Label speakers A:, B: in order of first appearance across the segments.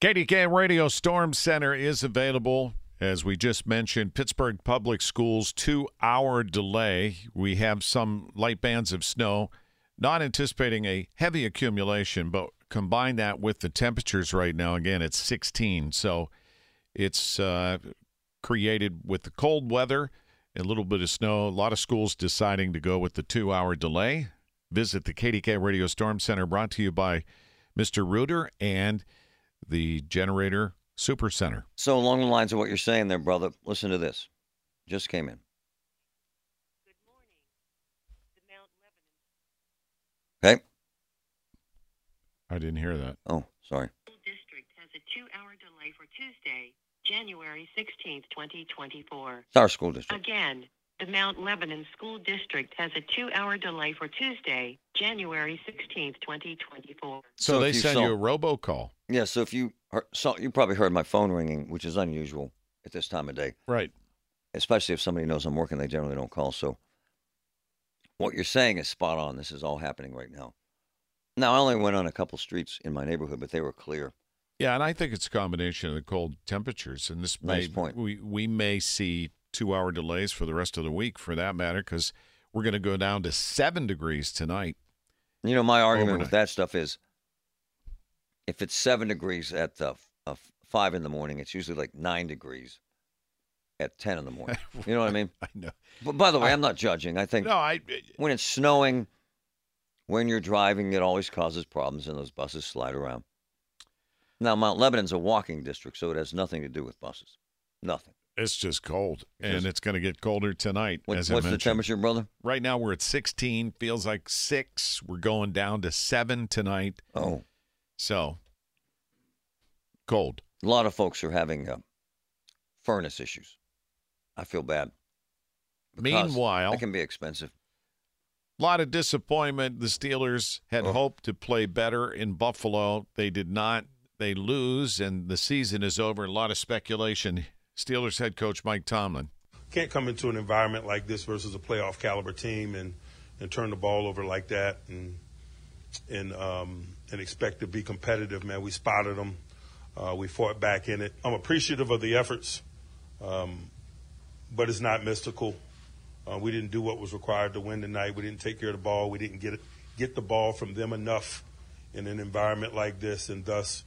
A: KDK Radio Storm Center is available. As we just mentioned, Pittsburgh Public Schools, two hour delay. We have some light bands of snow, not anticipating a heavy accumulation, but combine that with the temperatures right now. Again, it's 16. So it's uh, created with the cold weather, a little bit of snow. A lot of schools deciding to go with the two hour delay. Visit the KDK Radio Storm Center, brought to you by Mr. Reuter and the generator super center.
B: So along the lines of what you're saying there, brother, listen to this. Just came in. Okay.
A: I didn't hear that.
B: Oh, sorry.
C: District has a two-hour delay for Tuesday, January 16th, 2024.
B: It's our school district.
C: Again, the Mount Lebanon School District has a two-hour delay for Tuesday, January 16th, 2024.
A: So,
B: So
A: they
B: if you
A: send
B: saw-
A: you a robocall.
B: Yeah. So if you heard, saw, you probably heard my phone ringing, which is unusual at this time of day,
A: Right.
B: especially if somebody knows I'm working. They generally don't call. So what you're saying is spot on. This is all happening right now. Now I only went on a couple streets in my neighborhood, but they were clear.
A: Yeah, and I think it's a combination of the cold temperatures and this
B: Nice
A: may,
B: point.
A: we we may see 2-hour delays for the rest of the week for that matter cuz we're going to go down to 7 degrees tonight.
B: You know, my argument
A: Overnight.
B: with that stuff is if it's seven degrees at the uh, five in the morning, it's usually like nine degrees at 10 in the morning. You know what I mean?
A: I know.
B: But by the way, I'm not judging. I think
A: No, I
B: when it's snowing, when you're driving, it always causes problems and those buses slide around. Now, Mount Lebanon's a walking district, so it has nothing to do with buses. Nothing.
A: it's just cold and
B: Just-
A: it's going to get colder tonight
B: What,
A: as I
B: what's the
A: mentioned.
B: temperature, brother?
A: Right now we're at 16, feels like 6. We're going down to 7 tonight.
B: Oh,
A: So cold.
B: a lot of folks are having uh, furnace issues. I feel bad. because
A: Meanwhile,
B: it can be expensive.
A: lot of disappointment. The Steelers had
B: Oh.
A: hoped to play better in Buffalo. They did not. They lose, and the season is over. A lot of speculation. Steelers head coach Mike Tomlin.
D: can't come into an environment like this versus a playoff caliber team and and turn the ball over like that and and um, and expect to be competitive. Man, we spotted them. Uh, we fought back in it. I'm appreciative of the efforts, um, but it's not mystical. Uh, we didn't do what was required to win tonight. We didn't take care of the ball. We didn't get it, get the ball from them enough in an environment like this, and thus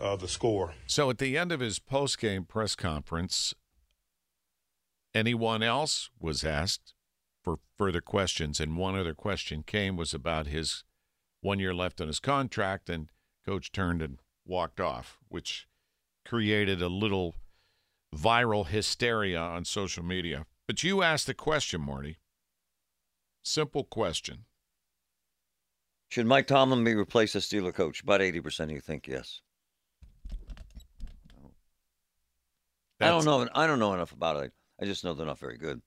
D: uh, the score.
A: So at the end of his post-game press conference, anyone else was asked for further questions, and one other question came was about his one year left on his contract, and coach turned and walked off, which created a little viral hysteria on social media. But you asked the question, Marty. Simple question.
B: Should Mike Tomlin be replaced as Steeler coach? About eighty percent of you think yes. I
A: That's-
B: don't know. I don't know enough about it. I just know they're not very good.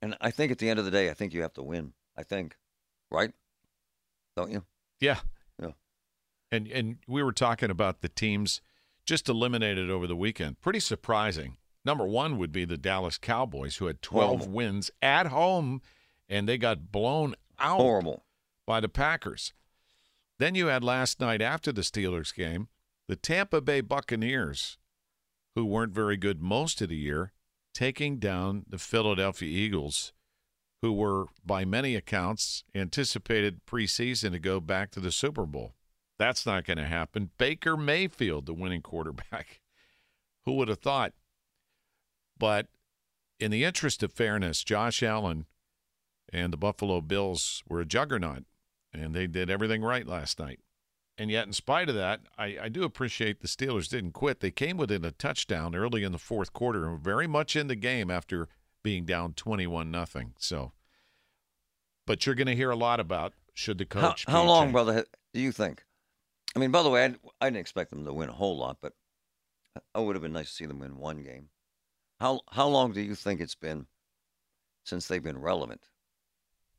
B: And I think at the end of the day, I think you have to win. I think, right? Don't you?
A: Yeah.
B: Yeah.
A: And and we were talking about the teams just eliminated over the weekend. Pretty surprising. Number one would be the Dallas Cowboys, who had 12
B: Horrible.
A: wins at home, and they got blown out
B: Horrible.
A: by the Packers. Then you had last night after the Steelers game, the Tampa Bay Buccaneers, who weren't very good most of the year, taking down the Philadelphia Eagles, who were, by many accounts, anticipated preseason to go back to the Super Bowl. That's not going to happen. Baker Mayfield, the winning quarterback. Who would have thought? But in the interest of fairness, Josh Allen and the Buffalo Bills were a juggernaut, and they did everything right last night. And yet, in spite of that, I, I do appreciate the Steelers didn't quit. They came within a touchdown early in the fourth quarter and were very much in the game after being down 21 nothing. So, but you're going to hear a lot about should the
B: How,
A: coach.
B: how
A: be
B: long,
A: changed.
B: brother, ha- do you think? I mean, by the way, I'd, I didn't expect them to win a whole lot, but it would have been nice to see them win one game. How how long do you think it's been since they've been relevant?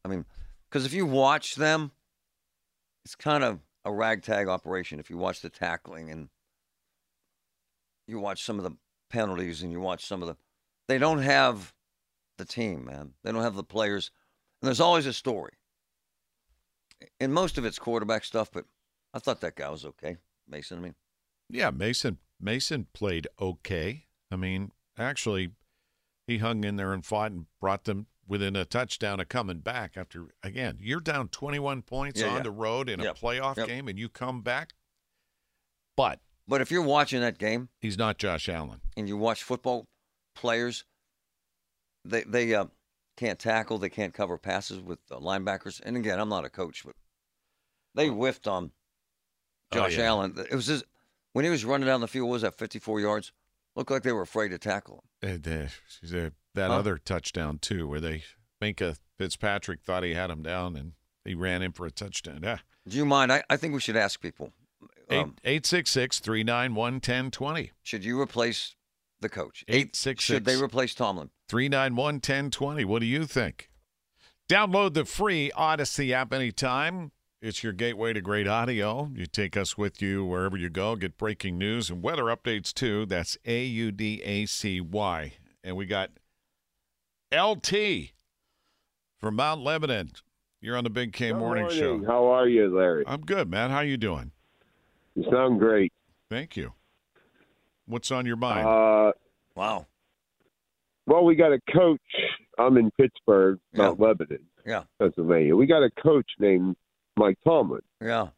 B: I mean, because if you watch them, it's kind of a ragtag operation. If you watch the tackling and you watch some of the penalties and you watch some of the, they don't have the team, man. They don't have the players, and there's always a story and most of it's quarterback stuff, but I thought that guy was okay. Mason, I mean,
A: Yeah, Mason Mason played okay. I mean, actually, he hung in there and fought and brought them within a touchdown of coming back after again, you're down 21 points
B: Yeah,
A: on
B: yeah.
A: the road in
B: Yep,
A: a playoff
B: yep.
A: game and you come back. But
B: but if you're watching that game
A: he's not Josh Allen.
B: and you watch football players, they they uh, can't tackle, they can't cover passes with uh, linebackers. And again, I'm not a coach, but they whiffed on
A: Oh,
B: Josh
A: yeah.
B: Allen. It was his, when he was running down the field. What was that 54 yards? Looked like they were afraid to tackle him.
A: And, uh, that that
B: Huh?
A: other touchdown too where they Minka Fitzpatrick thought he had him down and he ran in for a touchdown. Yeah.
B: Do you mind? I, I think we should ask people.
A: Eight
B: um,
A: eight six six three nine one ten twenty.
B: should you replace the coach?
A: Eight six
B: Should they
A: six.
B: replace Tomlin?
A: 391 1020. What do you think? Download the free Odyssey app anytime. It's your gateway to great audio. You take us with you wherever you go, get breaking news and weather updates too. That's A U D A C Y. And we got LT from Mount Lebanon. You're on the Big K Morning, Show. Uh,
E: How are you, Larry?
A: I'm good, man. How you doing?
E: You sound great.
A: Thank you. What's on your mind?
E: Uh,
B: Wow.
E: well, we got a coach. I'm in Pittsburgh, Mount
B: Yeah.
E: Lebanon,
B: Yeah.
E: Pennsylvania. We got a coach named Mike Tomlin.
B: Yeah.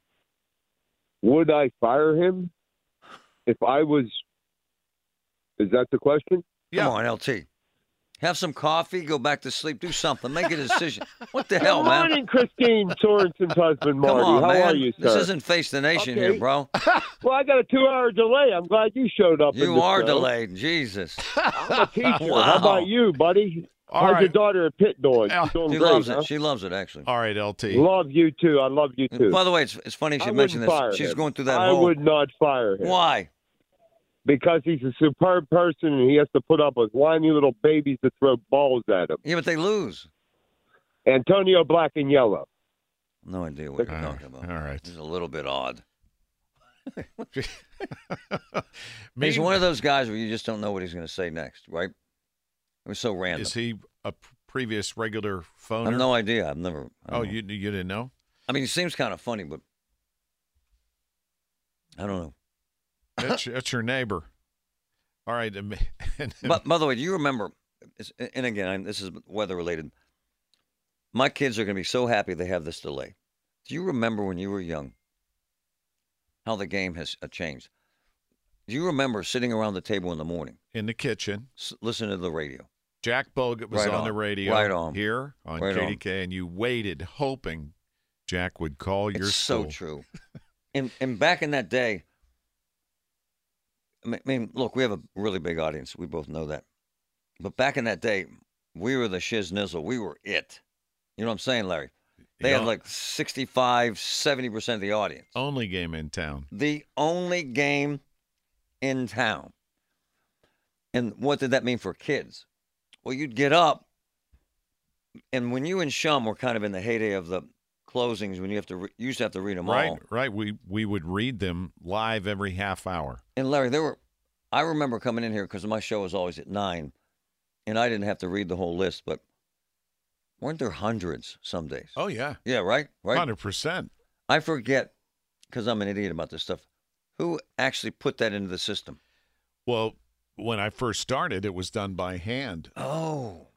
E: Would I fire him if I was? Is that the question?
A: yeah.
B: Come on, LT. Have some coffee, go back to sleep, do something, make a decision. what the hell,
E: Good
B: man?
E: morning, Christine Sorensen's husband,
B: Come
E: Marty.
B: on,
E: How
B: man.
E: are you, sir?
B: This isn't face the nation here,
E: Okay.
B: bro.
E: Well, I got a two-hour delay. I'm glad you showed up. in
B: You
E: the
B: are
E: show.
B: delayed, Jesus.
E: I'm a teacher.
B: Wow.
E: How about you, buddy?
A: All
E: How's your
A: right.
E: daughter at Pitt Dog?
A: Yeah.
E: She's doing
B: She
E: great,
B: loves
E: huh?
B: it. She loves it, actually.
A: All right, LT.
E: Love you too. I love you too.
B: By the way, it's, it's funny you
E: I
B: should mention
E: wouldn't
B: this.
E: fire
B: She's
E: him.
B: going through that
E: I
B: whole.
E: would not fire him
B: Why?
E: because he's a superb person and he has to put up with whiny little babies that throw balls at him.
B: Yeah, but they lose.
E: Antonio Black and Yellow.
B: No idea what you're
A: All right.
B: talking about.
A: All right.
B: This is a little bit odd. He's
A: Mean-
B: one of those guys where you just don't know what he's going to say next, right? It was so random.
A: Is he a p- previous regular
B: I
A: phoner?
B: have no idea. I've never. I
A: Oh,
B: don't know.
A: you you didn't know?
B: I mean, he seems kind of funny, but I don't know.
A: That's, that's your neighbor. All right. um, and-
B: But by the way, do you remember? it's- And again, I'm- this is weather related. My kids are going to be so happy they have this delay. Do you remember when you were young? How the game has uh, changed. Do you remember sitting around the table in the morning,
A: in the kitchen,
B: s- listening to the radio?
A: Jack Bogut was
B: Right
A: on, the
B: on.
A: radio
B: Right on.
A: here on
B: Right on.
A: KDK, and you waited, hoping Jack would call your
B: it's so
A: school.
B: true. and and back in that day, I mean- I mean, look, we have a really big audience. We both know that. But back in that day, we were the shiz nizzle. We were it. You know what I'm saying, Larry? They
A: Yeah. Oh.
B: had like 65, 70% of the audience.
A: Only game in town.
B: The only game in town. And what did that mean for kids? Well, you'd get up, and when you and Shum were kind of in the heyday of the closings when you have to re- you used to have to read them
A: Right,
B: all.
A: right. We we would read them live every half hour.
B: And Larry, there were I remember coming in here because my show was always at nine, and I didn't have to read the whole list, but weren't there hundreds some days?
A: Oh yeah,
B: Yeah, right, right.
A: hundred percent.
B: I forget because I'm an idiot about this stuff. Who actually put that into the system?
A: Well, when I first started, it was done by hand,
B: Oh,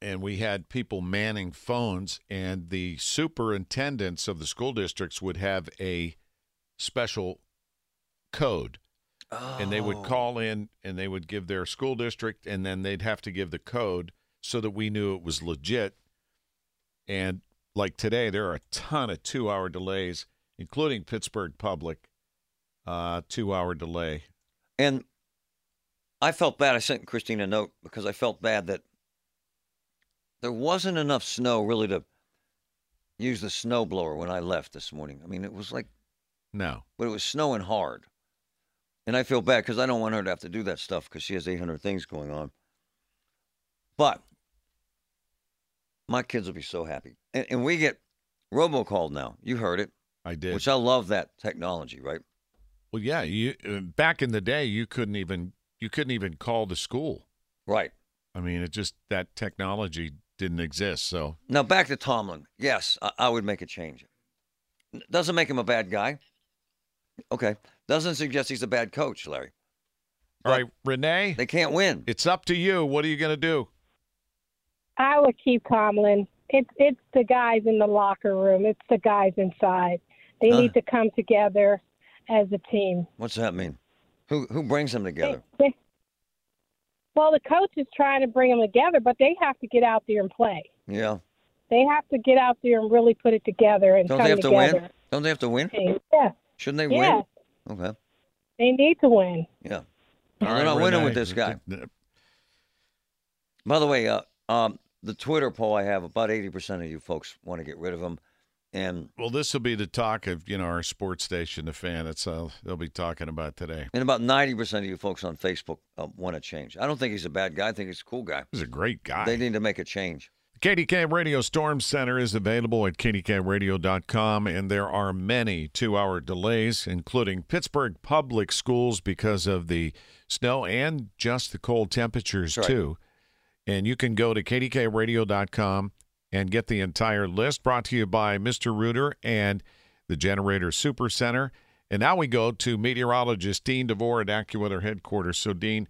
A: and we had people manning phones, and the superintendents of the school districts would have a special code,
B: Oh.
A: and they would call in and they would give their school district, and then they'd have to give the code so that we knew it was legit. And like today, there are a ton of two-hour delays, including Pittsburgh Public, uh, two-hour delay.
B: And I felt bad. I sent Christine a note because I felt bad that there wasn't enough snow really to use the snow blower when I left this morning. I mean, it was like,
A: No.
B: but it was snowing hard. And I feel bad because I don't want her to have to do that stuff because she has 800 things going on. But my kids will be so happy. And, and we get robocalled now. You heard it,
A: I did.
B: which I love that technology, right?
A: Well, yeah, you uh, back in the day, you couldn't even you couldn't even call the school.
B: Right.
A: I mean, it just that technology didn't exist. So
B: Now back to Tomlin. Yes, I, I would make a change. N- Doesn't make him a bad guy. Okay. Doesn't suggest he's a bad coach, Larry.
A: all right, Renee,
B: They can't win.
A: it's up to you. What are you going to do?
F: I would keep Tomlin. It's it's the guys in the locker room. It's the guys inside. They
B: Huh.
F: need to come together as a team.
B: What's that mean? Who who brings them together?
F: They- they- well, the coach is trying to bring them together, but they have to get out there and play.
B: Yeah.
F: They have to get out there and really put it together and
B: Don't
F: come
B: they have to win?
F: together.
B: Don't they have to win?
F: Yeah,
B: Shouldn't they
F: yeah.
B: win? Okay.
F: They need to win.
B: Yeah.
A: All
B: they're not winning
A: Renee.
B: with this guy. By the way, uh, um, the Twitter poll I have about eighty percent of you folks want to get rid of him, and
A: Well, this will be the talk of you know our sports station, the fan. It's uh, they'll be talking about today.
B: and about ninety percent of you folks on Facebook uh, want to change. I don't think he's a bad guy. I think he's a cool guy.
A: He's a great guy.
B: They need to make a change.
A: KDK Radio Storm Center is available at kdkradio.com, and there are many two hour delays, including Pittsburgh public schools because of the snow and just the cold temperatures,
B: That's right.
A: too. And you can go to kdkradio.com and get the entire list brought to you by Mr. Reuter and the Generator Super Center. And now we go to meteorologist Dean DeVore at AccuWeather headquarters. So, Dean,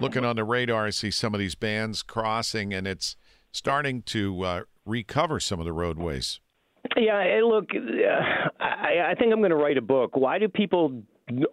A: looking on the radar, I see some of these bands crossing, and it's starting to uh, recover some of the roadways.
E: Yeah, hey, look, uh, I, I think I'm going to write a book. Why do people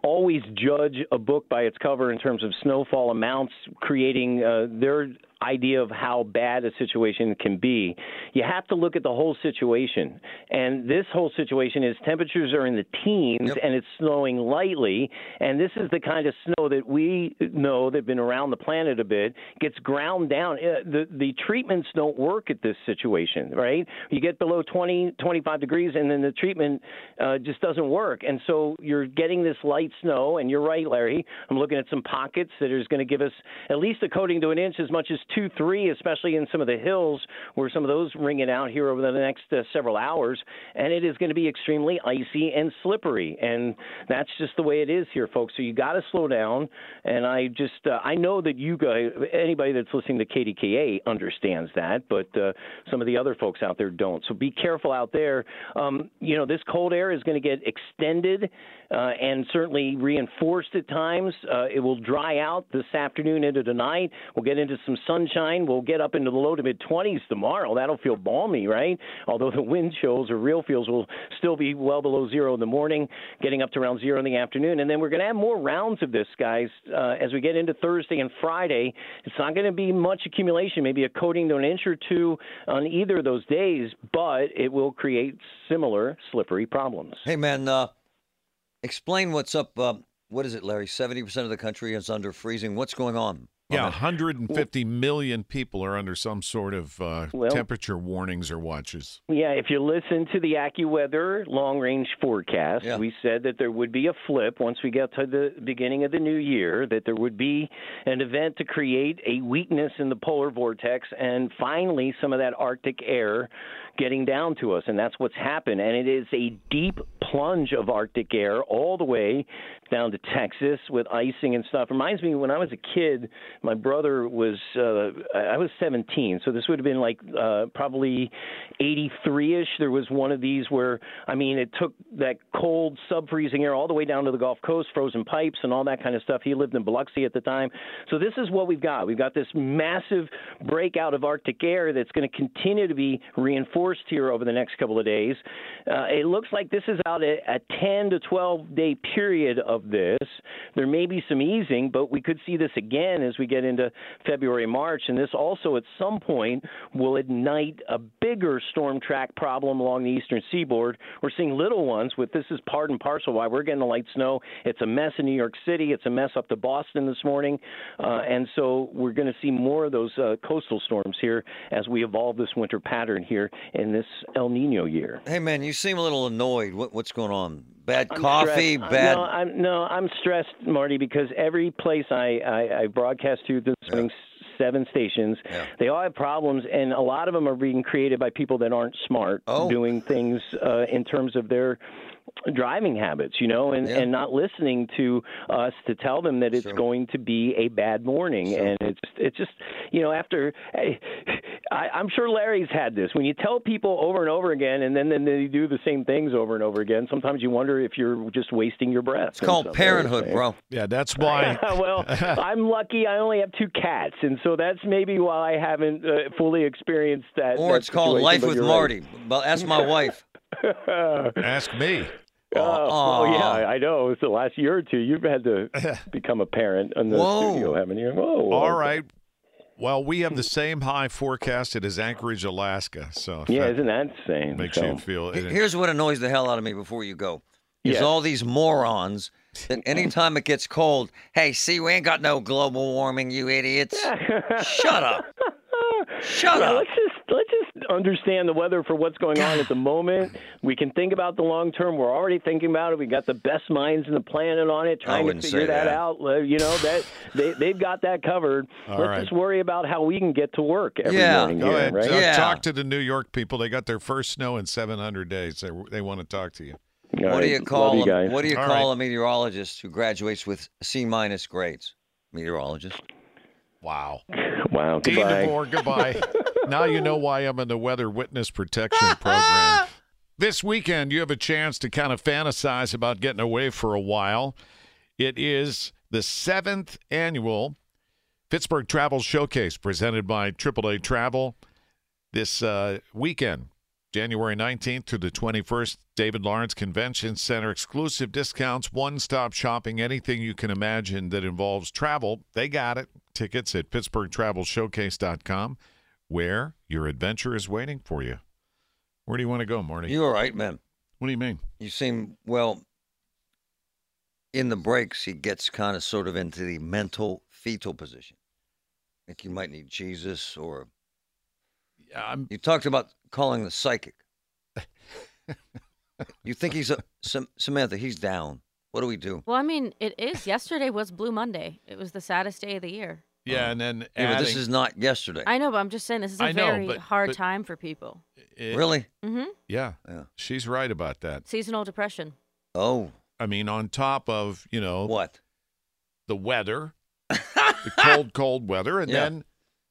E: always judge a book by its cover in terms of snowfall amounts, creating uh, their idea of how bad a situation can be? You have to look at the whole situation. And this whole situation is temperatures are in the teens
B: Yep.
E: and it's snowing lightly. And this is the kind of snow that we know that have been around the planet a bit gets ground down. Uh, The the treatments don't work at this situation, right? You get below 20, 25 degrees, and then the treatment uh, just doesn't work. And so you're getting this light snow. And you're right, Larry. I'm looking at some pockets that is going to give us at least a coating to an inch, as much as two, three, especially in some of the hills where some of those ring it out here over the next uh, several hours. And it is going to be extremely icy and slippery. And that's just the way it is here, folks. So you got to slow down. And I just, uh, I know that you guys, anybody that's listening to KDKA understands that, but uh, some of the other folks out there don't. So be careful out there. Um, you know, this cold air is going to get extended uh, and certainly reinforced at times. Uh, it will dry out this afternoon into tonight. We'll get into some sunshine. We'll get up into the low to mid 20s tomorrow. That'll feel balmy, right? Although the wind chills or real feels will still be well below zero in the morning, getting up to around zero in the afternoon. And then we're going to have more rounds of this, guys, uh, as we get into Thursday and Friday. It's not going to be much accumulation, maybe a coating to an inch or two on either of those days, but it will create similar slippery problems.
B: Hey man, uh, explain what's up. Uh, what is it, Larry? Seventy percent of the country is under freezing. What's going on?
A: Yeah, 150 million people are under some sort of uh,
F: Well-
A: temperature warnings or watches.
F: Yeah, if you listen to the AccuWeather long range forecast,
A: Yeah.
F: we said that there would be a flip once we got to the beginning of the new year, that there would be an event to create a weakness in the polar vortex and finally some of that Arctic air getting down to us. And that's what's happened. And it is a deep plunge of Arctic air all the way down to Texas with icing and stuff. Reminds me when I was a kid, my brother was uh, I I was 17, so this would have been like uh, probably 83ish. There was one of these where I mean, it took that cold sub-freezing air all the way down to the Gulf Coast, frozen pipes and all that kind of stuff. He lived in Biloxi at the time, so this is what we've got. We've got this massive breakout of Arctic air that's going to continue to be reinforced here over the next couple of days. Uh, it looks like this is out a, a 10 to 12 day period of this. There may be some easing, but we could see this again as we get into February, March. And this also, at some point, will ignite a bigger storm track problem along the eastern seaboard. We're seeing little ones with this is part and parcel why we're getting the light snow. It's a mess in New York City, it's a mess up to Boston this morning. Uh, and so we're going to see more of those uh, coastal storms here as we evolve this winter pattern here in this El Nino year.
B: Hey, man, you seem a little annoyed. What, what's going on? Bad
F: I'm
B: coffee,
F: stressed.
B: bad.
F: No I'm, no, I'm stressed, Marty, because every place I, I, I broadcast to this morning, s- seven stations, they all have problems, and a lot of them are being created by people that aren't smart
B: Oh,
F: doing things uh, in terms of their driving habits, you know, and, and not listening to us to tell them that it's going to be a bad morning. And it's it's just, you know, after I, I, I'm sure Larry's had this. When you tell people over and over again, and then then they do the same things over and over again, sometimes you wonder if you're just wasting your breath. It's
A: Yeah, that's why.
F: well, I'm lucky. I only have two cats, and so that's maybe why I haven't uh, fully experienced that.
B: Or
F: that
B: it's called
F: situation,
B: Life
F: but
B: with
F: you're right.
B: Marty. Well, ask my wife.
A: Ask me.
F: Oh, yeah, I know. It's the last year or two. You've had to become a parent in the
A: Whoa.
F: studio, haven't you? Whoa.
A: All right. Well, we have the same high forecasted as Anchorage, Alaska. So if
F: Yeah,
A: that
F: isn't that insane?
A: Makes
F: So-
A: you feel.
B: He- Here's what annoys the hell out of me before you go. There's
F: Yeah.
B: all these morons that anytime it gets cold, hey, see, we ain't got no global warming, you idiots. Shut up. Shut
F: Yeah,
B: up.
F: Let's just let's just understand the weather for what's going on at the moment. We can think about the long term. We're already thinking about it. We got the best minds in the planet on it, trying to
B: wouldn't
F: figure
B: say
F: that,
B: that.
F: out. Uh, You know that they they've got that covered.
A: All
F: let's
A: right.
F: just worry about how we can get to work every morning.
A: Go
F: here,
A: ahead.
F: right?
A: Uh, Talk to the New York people. They got their first snow in 700 days. They, they want to talk to you.
F: All
B: What do
F: right.
B: you
F: Love
B: call
F: you
B: a-
F: guys.
B: what do you
A: All
B: call
A: right.
B: a meteorologist who graduates with C minus grades? Meteorologist.
A: Wow.
F: Wow.
A: Dean
F: Goodbye.
A: DeVore, goodbye. now you know why I'm in the Weather Witness Protection Program. This weekend, you have a chance to kind of fantasize about getting away for a while. It is the seventh annual Pittsburgh Travel Showcase presented by AAA Travel this uh, weekend, January 19th through the 21st, David Lawrence Convention Center. Exclusive discounts, one stop shopping, anything you can imagine that involves travel. They got it. Tickets at PittsburghTravelShowcase.com, where your adventure is waiting for you. Where do you want to go, Marty?
B: You all right, man?
A: What do you mean?
B: You seem well. In the breaks, he gets kind of sort of into the mental fetal position. Like you might need Jesus, or
A: I'm,
B: you talked about calling the psychic. you think he's a Sam- Samantha? He's down. What do we do?
G: Well, I mean, it is. Yesterday was Blue Monday. It was the saddest day of the year.
A: yeah, and then
B: Yeah, but this
A: adding-
B: is not yesterday.
G: I know, but I'm just saying this is a
A: I know,
G: very
A: but-
G: hard
A: but-
G: time for people.
A: it-
B: really?
G: hmm
A: Yeah,
B: Yeah.
A: she's right about that.
G: Seasonal depression.
B: Oh,
A: I mean, on top of you know
B: what?
A: the weather, the cold, cold weather, and
B: Yeah.
A: then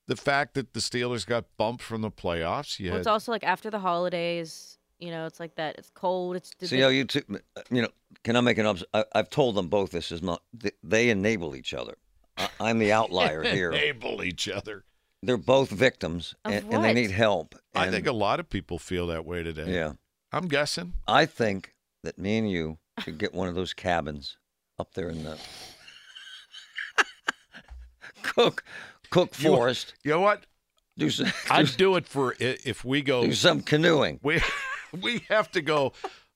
A: the fact that the Steelers got bumped from the playoffs. You
G: Well,
A: had,
G: it's also like after the holidays. You know, it's like that. It's cold. It's
B: See how you two, uh, you know, can I make an obs- I, I've told them both this is not, th- they enable each other. I, I'm the outlier here.
A: enable each other.
B: They're both victims
G: Of
B: and, and they
G: what?
B: need help.
A: I
B: And-
A: think a lot of people feel that way today.
B: Yeah.
A: I'm guessing.
B: I think that me and you should get one of those cabins up there in the Cook Cook
A: You-
B: Forest.
A: You know what?
B: do some,
A: I'd do it for i- if we go.
B: do some canoeing.
A: We we have to go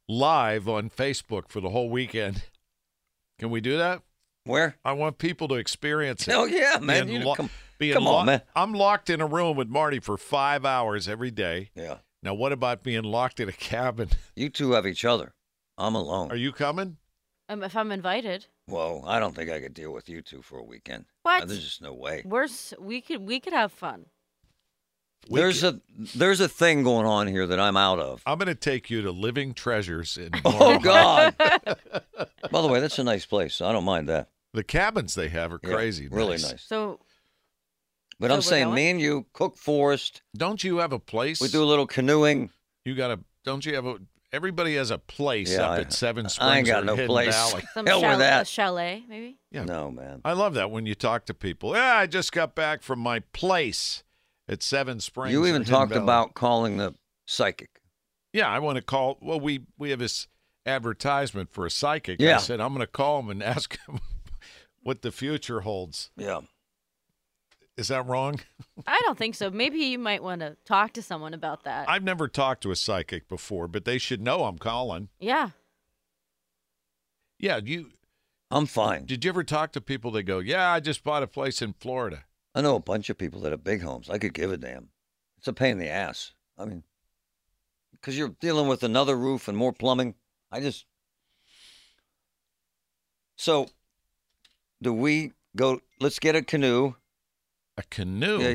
A: live on Facebook for the whole weekend. Can we do that?
B: Where?
A: I want people to experience it.
B: Hell yeah, man.
A: Being
B: You
A: lo-
B: come-
A: being
B: come on,
A: lo-
B: man.
A: I'm locked in a room with Marty for five hours every day.
B: Yeah.
A: Now, what about being locked in a cabin?
B: You two have each other. I'm alone.
A: Are you coming?
G: Um, if I'm invited,
B: Whoa, I don't think I could deal with you two for a weekend.
G: What?
B: Uh, There's just no way.
G: we're s- we could we could have fun.
B: There's a there's a thing going on here that I'm out of.
A: I'm going to take you to Living Treasures in
B: Oh
A: Mormon.
B: God! By the way, that's a nice place. I don't mind that.
A: The cabins they have are
B: Yeah,
A: crazy.
B: really nice.
G: So
B: But I'm
G: So we're
B: saying,
G: going?
B: me and you cook forest.
A: Don't you have a place?
B: We do a little canoeing.
A: You got a? Don't you have a? Everybody has a place
B: Yeah,
A: up
B: I-
A: at Seven Springs.
B: I ain't got
A: or
B: no
A: Hidden
B: place.
A: Valley.
G: some
B: Hell with
G: chalet,
B: that.
G: a chalet maybe.
A: Yeah.
B: No man.
A: I love that when you talk to people. Yeah, I just got back from my place at Seven Springs.
B: You
A: or
B: even
A: Hidden
B: talked
A: Valley.
B: about calling the psychic.
A: Yeah, I want to call. Well, we we have this advertisement for a psychic. I
B: Yeah.
A: said I'm going to call him and ask him what the future holds.
B: Yeah.
A: Is that wrong?
G: I don't think so. Maybe you might want to talk to someone about that.
A: I've never talked to a psychic before, but they should know I'm calling.
G: yeah.
A: Yeah, you
B: I'm fine.
A: Did you ever talk to people that go, "Yeah, I just bought a place in Florida."
B: I know a bunch of people that have big homes. I could give a damn. It's a pain in the ass. I mean, because you're dealing with another roof and more plumbing. I just. So, do we go? Let's get a canoe.
A: A canoe.
B: Yeah,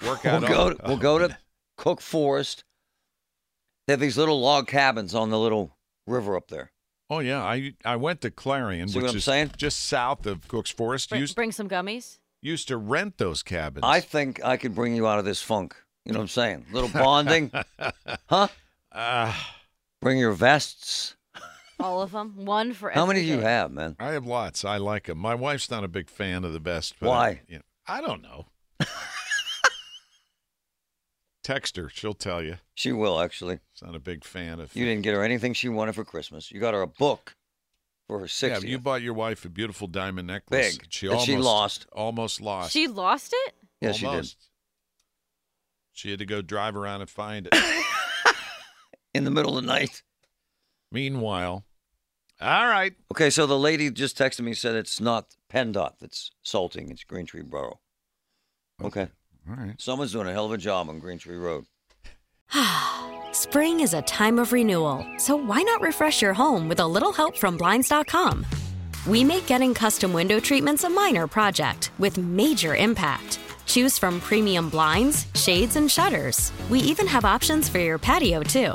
B: yeah.
A: Workout.
B: we'll go. we'll go to Cook Forest. They have these little log cabins on the little river up there.
A: Oh yeah, I I went to Clarion,
B: See
A: which
B: what I'm
A: is
B: saying?
A: just south of Cook's Forest.
G: Bring,
A: used
G: bring some gummies.
A: used to rent those cabins.
B: I think I could bring you out of this funk. You know what I'm saying? little bonding, huh?
A: Uh,
B: Bring your vests.
G: All of them. One for
B: How many do
G: every
B: you
G: day.
B: have, man?
A: I have lots. I like them. My wife's not a big fan of the best. But
B: Why?
A: I, you know, I don't know. Text her. She'll tell you.
B: She will actually.
A: She's not a big fan of.
B: You didn't get her anything she wanted for Christmas. You got her a book for her
A: yeah,
B: 60th.
A: you bought your wife a beautiful diamond necklace.
B: Big,
A: She
B: that
A: almost
B: she lost.
A: Almost lost.
G: She lost it.
B: yeah, she did.
A: Almost. She had to go drive around and find it.
B: In the middle of the night.
A: Meanwhile, all right.
B: Okay, so the lady just texted me said it's not PennDOT that's salting. It's Green Tree Borough. Okay.
A: All right.
B: Someone's doing a hell of a job on Green Tree Road.
H: Spring is a time of renewal, so why not refresh your home with a little help from Blinds.com? We make getting custom window treatments a minor project with major impact. Choose from premium blinds, shades, and shutters. We even have options for your patio, too.